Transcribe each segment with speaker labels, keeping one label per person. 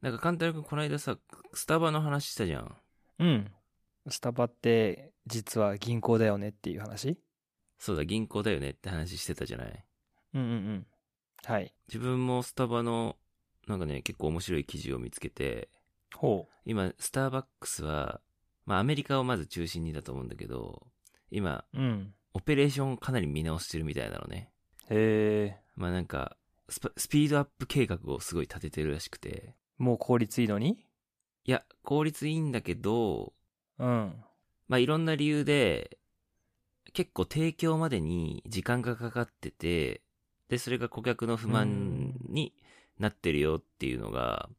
Speaker 1: なんか、カンタル君、この間さ、スタバの話したじゃん。
Speaker 2: うん。スタバって実は銀行だよねっていう話
Speaker 1: そうだ、銀行だよねって話してたじゃない。
Speaker 2: うんうんうん。はい。
Speaker 1: 自分もスタバの、なんかね、結構面白い記事を見つけて、
Speaker 2: ほ
Speaker 1: 今、スターバックスは、まあ、アメリカをまず中心にだと思うんだけど、今、
Speaker 2: う。うん。
Speaker 1: オペレーションをかなり見直してるみたいなのね。
Speaker 2: へえ。
Speaker 1: まあ、なんかスパ、スピードアップ計画をすごい立ててるらしくて。
Speaker 2: もう効率いいのに
Speaker 1: いや、効率いいんだけど、
Speaker 2: うん。
Speaker 1: まあ、いろんな理由で、結構提供までに時間がかかってて、で、それが顧客の不満になってるよっていうのが、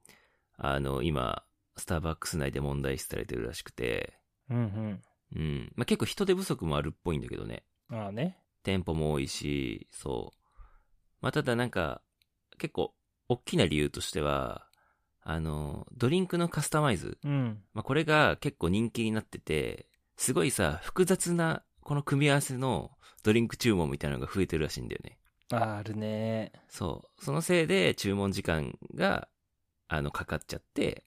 Speaker 1: あの、今、スターバックス内で問題視されてるらしくて、
Speaker 2: うん
Speaker 1: うん。まあ、結構人手不足もあるっぽいんだけどね。
Speaker 2: うん。ああね。
Speaker 1: 店舗も多いし、そう。まあ、ただなんか、結構、大きな理由としては、あの、ドリンクのカスタマイズ。
Speaker 2: うん。
Speaker 1: まあ、これが結構人気になってて、すごいさ、複雑な、この組み合わせのドリンク注文みたいなのが増えてるらしいんだよね。
Speaker 2: あーあるね。
Speaker 1: そう。そのせいで注文時間が、あの、かかっちゃって、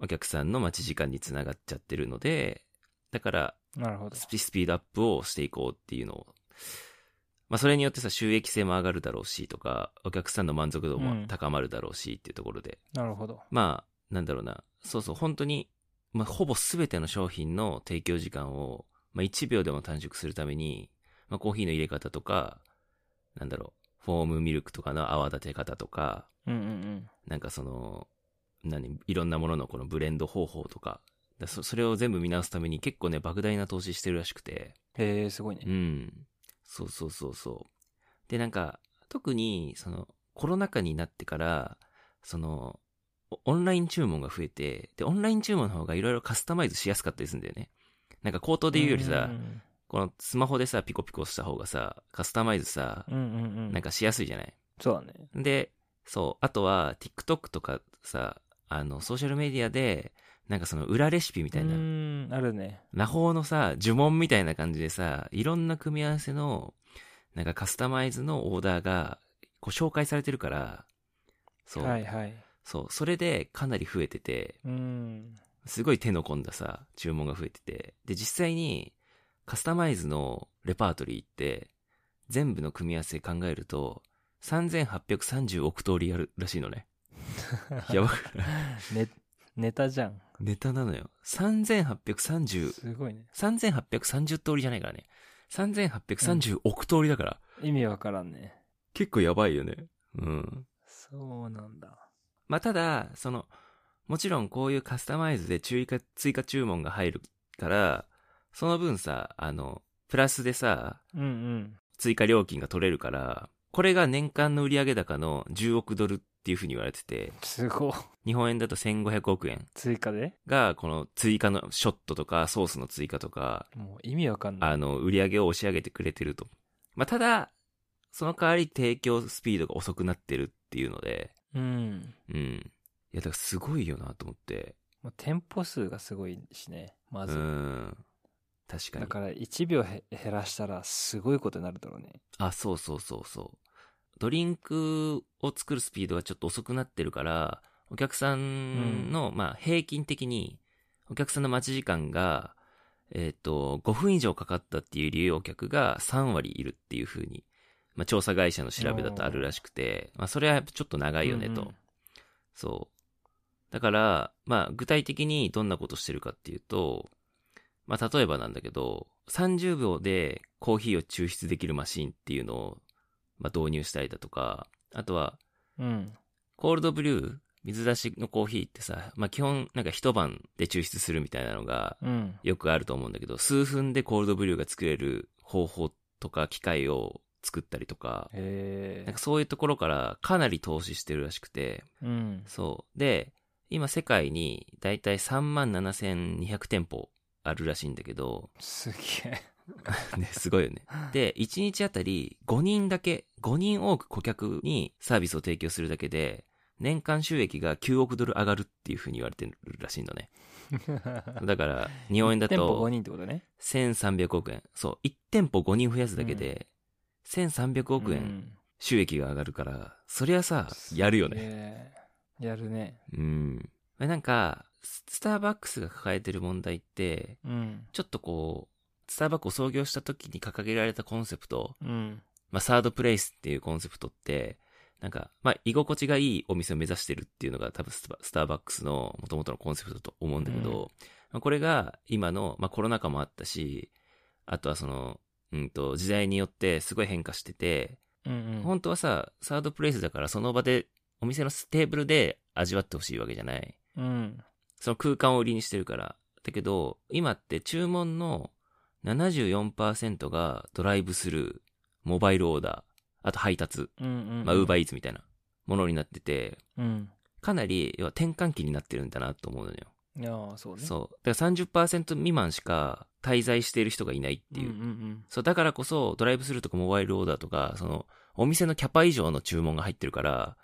Speaker 1: お客さんの待ち時間につながっちゃってるので、だから、
Speaker 2: なるほど。
Speaker 1: スピスピードアップをしていこうっていうのを。まあ、それによってさ、収益性も上がるだろうしとか、お客さんの満足度
Speaker 2: う
Speaker 1: も
Speaker 2: ん
Speaker 1: 高まるだろうしっていうところで。
Speaker 2: なるほど。
Speaker 1: まあ、なんだろうな。そうそう、本当に、まあ、ほぼ全ての商品の提供時間を、まあ、1秒でも短縮するために、まあ、コーヒーの入れ方とか、なんだろう、フォームミルクとかの泡立て方とか、
Speaker 2: うんうん
Speaker 1: なんかその、何、いろんなもののこのブレンド方法とか、だそそれを全部見直すために結構ね、莫大な投資してるらしくて、
Speaker 2: うん。へえ、すごいうね。
Speaker 1: ん。そうそうそうそう。で、なんか、特に、その、コロナ禍になってから、その、オオンライン注文が増えて、で、オンライン注文の方がいろいろカスタマイズしやすかったりするんだよね。なんか口頭で言うよりさ、
Speaker 2: ん
Speaker 1: このスマホでさ、ピコピコした方がさ、カスタマイズさ
Speaker 2: う、んうんうん。
Speaker 1: なんかしやすいじゃない
Speaker 2: そうだね。
Speaker 1: で、そう、あとは TikTok とかさ、あの、ソーシャルメディアで、なんかその裏レシピみたいうな、
Speaker 2: ーん、あるね。
Speaker 1: 魔法のさ、呪文みたいな感じでさ、いろんな組み合わせの、なんかカスタマイズのオーダーが、こう紹介されてるから、そう、
Speaker 2: はいはい。
Speaker 1: そう、それでかなり増えてて、
Speaker 2: うん。
Speaker 1: すごい手の込んださ、注文が増えてて、で、実際に、カスタマイズのレパートリーって、全部の組み合わせ考えると、3830億通りあるらしいの ね。やばくない
Speaker 2: ね、ネタじゃん。
Speaker 1: ネタなのよ。3830
Speaker 2: すごいね。
Speaker 1: 3830通りじゃないからね。3830億通りだから。
Speaker 2: 意味わからんね。
Speaker 1: 結構やばいよね。うん。
Speaker 2: そうなんだ。
Speaker 1: まあ、ただ、その、もちろんこういうカスタマイズで注意か追加注文が入るから、その分さ、あの、プラスでさ、
Speaker 2: うんうん。
Speaker 1: 追加料金が取れるから、これが年間の売上高の10億ドルっていうふうに言われてて、
Speaker 2: すごい。
Speaker 1: 日本円だと1500億円
Speaker 2: 追加で
Speaker 1: が、この追加のショットとか、ソースの追加とか、
Speaker 2: もう意味わかんない。
Speaker 1: あの、売り上げを押し上げてくれてると。まあ、ただ、その代わり提供スピードが遅くなってるっていうので、
Speaker 2: うん。
Speaker 1: うん。いや、だからすごいよなと思って。
Speaker 2: もう店舗数がすごいしね。ま
Speaker 1: う
Speaker 2: ず。
Speaker 1: ん。確かに
Speaker 2: だ。から1秒へ減らしたらすごいことになるだろうね。
Speaker 1: あ、そうそうそうそう。ドリンクを作るスピードがちょっと遅くなってるから、お客さんの、まあ、平均的に、お客さんの待ち時間が、えっ、と、5分以上かかったっていう利用客が3割いるっていう風に、まあ、調査会社の調べだとあるらしくて、まあ、それはやっぱちょっと長いよねと。
Speaker 2: うんうん
Speaker 1: そう。だから、まあ、具体的にどんなことしてるかっていうと、まあ、例えばなんだけど、30秒でコーヒーを抽出できるマシンっていうのを、まあ、導入したりだとか、あとは、
Speaker 2: うん。
Speaker 1: コールドブリュー、水出しのコーヒーってさ、まあ、基本、なんか一晩で抽出するみたいなのが、
Speaker 2: うん。
Speaker 1: よくあると思うんだけど、数分でコールドブリューが作れる方法とか、機械を作ったりとか、
Speaker 2: へ
Speaker 1: なん
Speaker 2: え
Speaker 1: か。そういうところからかなり投資してるらしくて、
Speaker 2: うん。
Speaker 1: そう。で、今世界にだいたい3万7200店舗あるらしいんだけど、
Speaker 2: すげえ。
Speaker 1: ね、すごいよね。で、1日あたり5人だけ、5人多く顧客にサービスを提供するだけで、年間収益が9億ドル上がるっていうふうに言われてるらしいのね。だから、日本円だ
Speaker 2: 店舗5
Speaker 1: と
Speaker 2: 人ってことね。
Speaker 1: 1300億円。そう、1店舗5人増やすだけで、1300億
Speaker 2: う
Speaker 1: 円
Speaker 2: ん
Speaker 1: 収益が上がるから、そりゃさ、やるよね。
Speaker 2: へやるね。
Speaker 1: うん。まあなんか、ススターバックスが抱えてる問題って、
Speaker 2: うん。
Speaker 1: ちょっとこう、スターバックスを創業した時に掲げられたコンセプト、
Speaker 2: うん。
Speaker 1: まあ、サードプレイスっていうコンセプトって、なんか、まあ、居心地がいいお店を目指してるっていうのが多分スタスターバックスの元々のコンセプトだと思うんだけど、
Speaker 2: うん
Speaker 1: まあ、これが今の、まあ、コロナ禍もあったし、あとはその、うんと、時代によってすごい変化してて、
Speaker 2: うんうん。
Speaker 1: 本当はさ、サードプレイスだからその場で、お店のテーブルで味わってほしいわけじゃない。
Speaker 2: うん。
Speaker 1: その空間を売りにしてるから。だけど、今って注文の74%がドライブスルー、モバイルオーダー、あと配達、
Speaker 2: うんうん。
Speaker 1: まあ、ウーバ
Speaker 2: い。
Speaker 1: ーイーツみたいなものになってて、
Speaker 2: うん。
Speaker 1: かなり、要は転換期になってるんだなと思うのよ。
Speaker 2: いやーそうね。
Speaker 1: そう。だから30%未満しか滞在している人がいないっていう。
Speaker 2: うんうん
Speaker 1: そう、だからこそ、ドライブスルーとかモバイルオーダーとか、その、お店のキャパ以上の注文が入ってるから、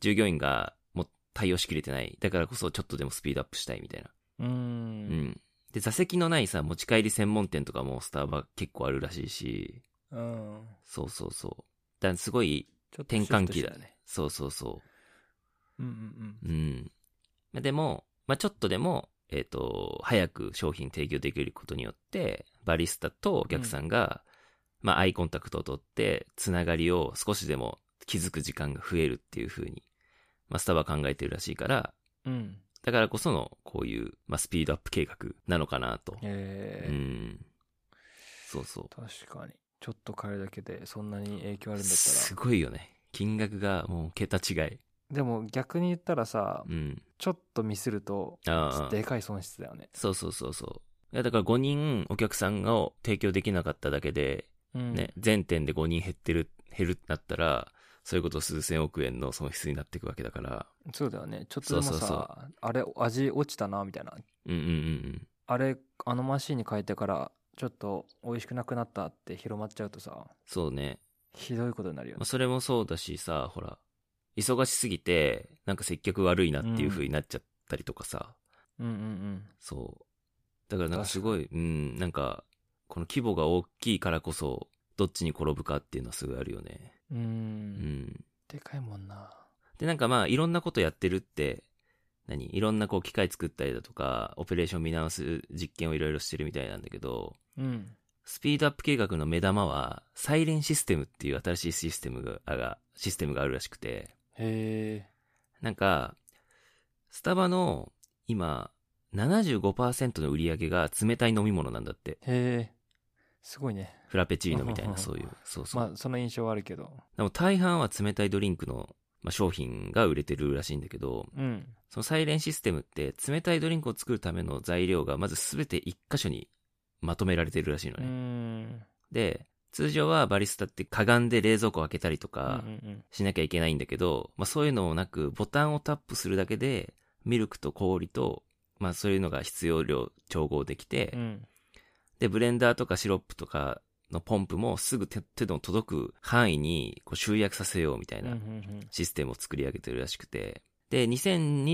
Speaker 1: 従業員がもう対応しきれてない。だからこそ、ちょっとでもスピードアップしたいみたいな。
Speaker 2: うん。う。
Speaker 1: うんん。で、座席のないさ、持ち帰り専門店とかもスターバ結構あるらしいし、
Speaker 2: うん。
Speaker 1: そうそうそう。だからすごい、
Speaker 2: ちょっと
Speaker 1: 転換期
Speaker 2: シフトして
Speaker 1: だ
Speaker 2: るね。
Speaker 1: ね。そうそうそ
Speaker 2: うんうん
Speaker 1: う。うん。まあでも、まあちょっとでも、えっ、と、早く商品提供できることによって、バリスタとお客さんが、まあアイコンタクトを取って、つながりを少しでも気づく時間が増えるっていう風に、まあスタバは考えてるらしいから、
Speaker 2: うん。うん。
Speaker 1: だからこその、こういう、まあスピードアップ計画なのかなと。
Speaker 2: え
Speaker 1: う
Speaker 2: ー
Speaker 1: ん。そうそう。
Speaker 2: 確かに。ちょっと変えるだけでそんなに影響あるんだった
Speaker 1: す
Speaker 2: ら。
Speaker 1: ごいよね。金額がもう桁違い。
Speaker 2: でも逆に言ったらさ
Speaker 1: う、ん。
Speaker 2: ちょっとミスると、ちょ
Speaker 1: あ
Speaker 2: っと
Speaker 1: あ。
Speaker 2: でかい損失だよね。
Speaker 1: そうそうそうそう。いやだから5人お客さんを提供できなかっただけで、
Speaker 2: うん
Speaker 1: ね、全店で5人減ってる、減るってなったら、そういうこと数千億円の損失になっていくわけだから。
Speaker 2: そうだよね。ちょっとでもさ、
Speaker 1: そうそうそ
Speaker 2: あれ、味落ちたな、みたいな。
Speaker 1: うんうんうんうん。
Speaker 2: あれ、あのマシンに変えてから、ちょっと美味しくなくなったって広まっちゃうとさ、
Speaker 1: そうね。
Speaker 2: ひどいことになるよ
Speaker 1: まあ
Speaker 2: ね。
Speaker 1: それもそうだしさ、ほら、忙しすぎて、なんか接客悪いなっていう風になっちゃったりとかさ。
Speaker 2: うんうんうん。
Speaker 1: そう。だからなんかすごい、うん、なんか、この規模が大きいからこそ、どっちに転ぶかっていうのはすごいあるよね。
Speaker 2: うー。
Speaker 1: うんん。
Speaker 2: でかいもんな。
Speaker 1: で、なんかまあ、いろんなことやってるって、何いろんなこう、機械作ったりだとか、オペレーション見直す実験をいろいろしてるみたいなんだけど、
Speaker 2: うん。
Speaker 1: スピードアップ計画の目玉は、サイレンシステムっていう新しいシステムが、あがシステムがあるらしくて、
Speaker 2: へえ。
Speaker 1: なんか、スタバの、今、75%の売り上げが冷たい飲み物なんだって。
Speaker 2: へえ。すごいね。
Speaker 1: フラペチーノみたいな、そう いう。そうそう。
Speaker 2: まあ、その印象はあるけど。
Speaker 1: でも大半は冷たいドリンクの、まあ、商品が売れてるらしいんだけど、
Speaker 2: うん。
Speaker 1: そのサイレンシステムって冷たいドリンクを作るための材料がまずすべて一箇所にまとめられてるらしいの
Speaker 2: うー
Speaker 1: ね。
Speaker 2: ん。
Speaker 1: で、通常はバリスタってかがんで冷蔵庫を開けたりとか
Speaker 2: うんうん
Speaker 1: しなきゃいけないんだけど、まあそういうのもなくボタンをタップするだけでミルクと氷と、まあそういうのが必要量調合できて、
Speaker 2: うん。うん。
Speaker 1: で、ブレンダーとかシロップとかのポンプもすぐ手手の届く範囲にこう集約させようみたい
Speaker 2: うんうんう。
Speaker 1: なんシステムを作り上げてるらしくて。で、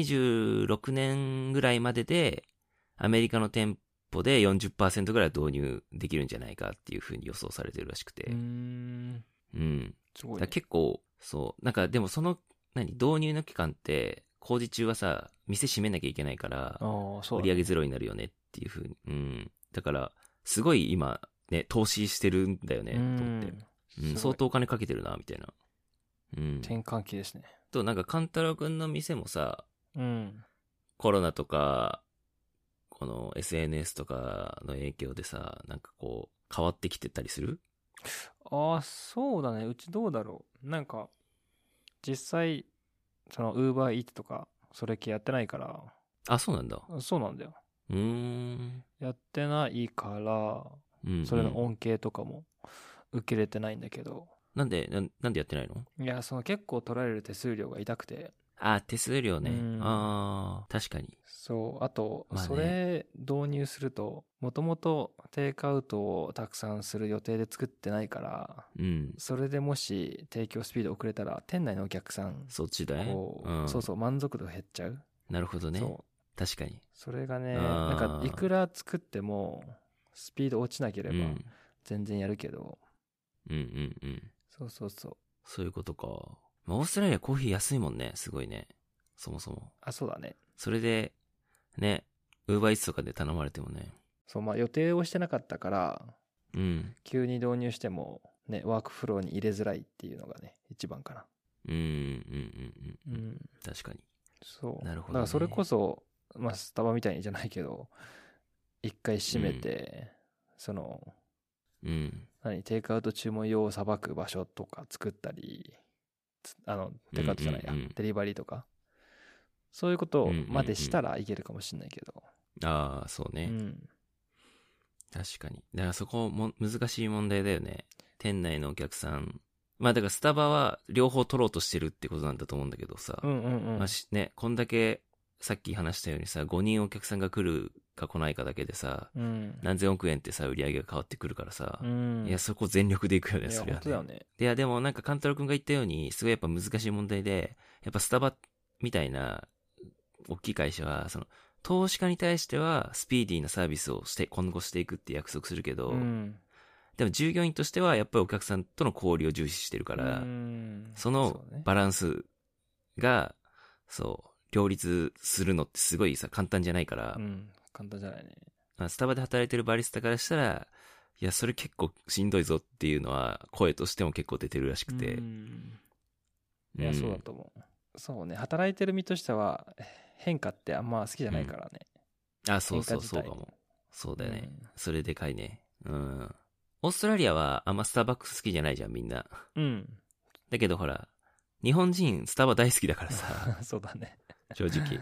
Speaker 1: 2026年ぐらいまでで、アメリカの店舗で40%ぐらい導入できるんじゃないかっていうふうに予想されてるらしくて。
Speaker 2: うーん。
Speaker 1: うん。
Speaker 2: すご
Speaker 1: だから
Speaker 2: いね。
Speaker 1: 結構、そう。なんかでもその、何、導入の期間って、工事中はさ、店閉めなきゃいけないから、
Speaker 2: ああ、そう
Speaker 1: 売り
Speaker 2: だね。
Speaker 1: 上げゼロになるよねっていうふうに。うん。だから、すごい今、ね、投資してるんだよね、と思って。
Speaker 2: うん
Speaker 1: う
Speaker 2: すご
Speaker 1: ん、
Speaker 2: い
Speaker 1: 相当お金かけてるな、みたいな。うん。
Speaker 2: 転換期ですね。
Speaker 1: と、なんか、勘太郎くんの店もさ、
Speaker 2: うん。
Speaker 1: コロナとか、この SNS とかの影響でさ、なんかこう、変わってきてたりする
Speaker 2: ああそうだねうちどうだろうなんか実際そのウーバーイーツとかそれ系やってないから
Speaker 1: あ、そうなんだ。
Speaker 2: そうなんだよ
Speaker 1: うーん。
Speaker 2: やってないから
Speaker 1: うん、うん
Speaker 2: それの恩恵とかも受けれてないんだけど、
Speaker 1: なんでなん、なんでやってないの
Speaker 2: いやその結構取られる手数料が痛くて
Speaker 1: あ、手数料ね
Speaker 2: うん。
Speaker 1: ああ、確かに。
Speaker 2: そうあと
Speaker 1: まあね
Speaker 2: それ導入するともともとテイクアウトをたくさんする予定で作ってないから
Speaker 1: うん。
Speaker 2: それでもし提供スピード遅れたら店内のお客さん
Speaker 1: そっちだい
Speaker 2: こう、
Speaker 1: ん、
Speaker 2: そうそう満足度が減っちゃう、
Speaker 1: なるほどね。
Speaker 2: そう
Speaker 1: 確かに。
Speaker 2: それがね
Speaker 1: あー
Speaker 2: なんかいくら作ってもスピード落ちなけれ
Speaker 1: う
Speaker 2: ば
Speaker 1: ん。
Speaker 2: 全然やるけど、
Speaker 1: うんうんうん。
Speaker 2: そうそうそ
Speaker 1: そういうことか。まあ、オーストラリアコーヒー安いもんね。すごいね。
Speaker 2: う
Speaker 1: そもそも。
Speaker 2: あ、そうだね。
Speaker 1: それで、ね、ウーバーイーツとかで頼まれてもね。
Speaker 2: そう、まあ予定をしてなかったから、
Speaker 1: うん。
Speaker 2: 急に導入しても、ね、ワークフローに入れづらいっていうのがね、一番かな。
Speaker 1: うん、うん、うん、うん。
Speaker 2: ん。
Speaker 1: 確かに。
Speaker 2: そう。
Speaker 1: なるほどね
Speaker 2: だからそれこそ、まあ、スタバみたいにじゃないけど、一回閉めて、その、
Speaker 1: うん。
Speaker 2: 何、テイクアウト注文用をさばく場所とか作ったり、つあの、テイクアウトじゃないや、
Speaker 1: うんうんうん
Speaker 2: デリバリーとか、そういうこと
Speaker 1: うんうんうん
Speaker 2: までしたらいけるかもしれないけど。
Speaker 1: ああ、そう
Speaker 2: う
Speaker 1: ね。
Speaker 2: ん。
Speaker 1: 確かに。だからそこも難しい問題だよね。店内のお客さん。まあだからスタバは両方取ろうとしてるってことなんだと思うんだけどさ。
Speaker 2: うんうんうん。
Speaker 1: まあしね、こんだけさっき話したようにさ、5人お客さんが来るか来ないかだけでさ、
Speaker 2: うん。
Speaker 1: 何千億円ってさ、売り上げが変わってくるからさ。
Speaker 2: うん。
Speaker 1: いや、そこ全力でいくよね、
Speaker 2: いや
Speaker 1: それ
Speaker 2: 本
Speaker 1: は、
Speaker 2: 当だよ
Speaker 1: ね。
Speaker 2: ね。
Speaker 1: いや、でもなんか、カントロ君が言ったように、すごいやっぱ難しい問題で、やっぱスタバみたいな、大きい会社は、その、投資家に対しては、スピーディーなサービスをして、今後していくって約束するけど、
Speaker 2: うん。
Speaker 1: でも従業員としては、やっぱりお客さんとの交流を重視してるから、
Speaker 2: うん
Speaker 1: その
Speaker 2: そうね
Speaker 1: バランスが、そう、両立するのってすごいさ、簡単じゃないから、
Speaker 2: うん。簡単じゃないね。
Speaker 1: まあスタバで働いてるバリスタからしたら、いや、それ結構しんどいぞっていうのは、声としても結構出てるらしくて。
Speaker 2: うん
Speaker 1: ん
Speaker 2: いや、そうだと思う。そうね、働いてる身としては、変化ってあんま好きじゃないからね。
Speaker 1: あ、そうそう、
Speaker 2: 変化自
Speaker 1: そう
Speaker 2: 体
Speaker 1: かも。そうだよね。
Speaker 2: うん
Speaker 1: それでかいね。うん。オーストラリアはあんまスターバックス好きじゃないじゃん、みんな。
Speaker 2: うん。
Speaker 1: だけどほら、日本人スタバ大好きだから さ、
Speaker 2: そうだね。
Speaker 1: 正直。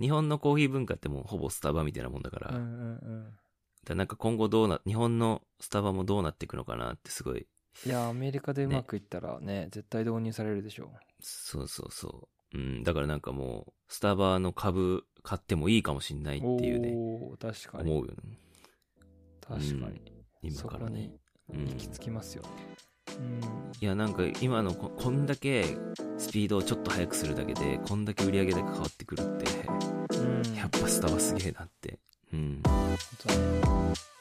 Speaker 1: 日本のコーヒー文化ってもうほぼスタバみたいなもんだから。
Speaker 2: うんう
Speaker 1: だか
Speaker 2: んうん。
Speaker 1: らなんか今後どうな、日本のスタバもどうなっていくのかなってすごい。
Speaker 2: いや、アメリカでうまくいったらね、絶対導入されるでしょ
Speaker 1: そうそうそう。うん、だからなんかもう、スタバの株買ってもいいかもしんな
Speaker 2: う。
Speaker 1: いっていうね、
Speaker 2: おー確か
Speaker 1: 思う
Speaker 2: に。
Speaker 1: よね。
Speaker 2: 確かに。
Speaker 1: 今からね。
Speaker 2: そこに行き着きますよ。うん。
Speaker 1: いやなんか今のここんだけスピードをちょっと速くするだけでこんだけ売り上げが変わってくるって
Speaker 2: うん。
Speaker 1: やっぱスタバすげえなってうん
Speaker 2: 本当だね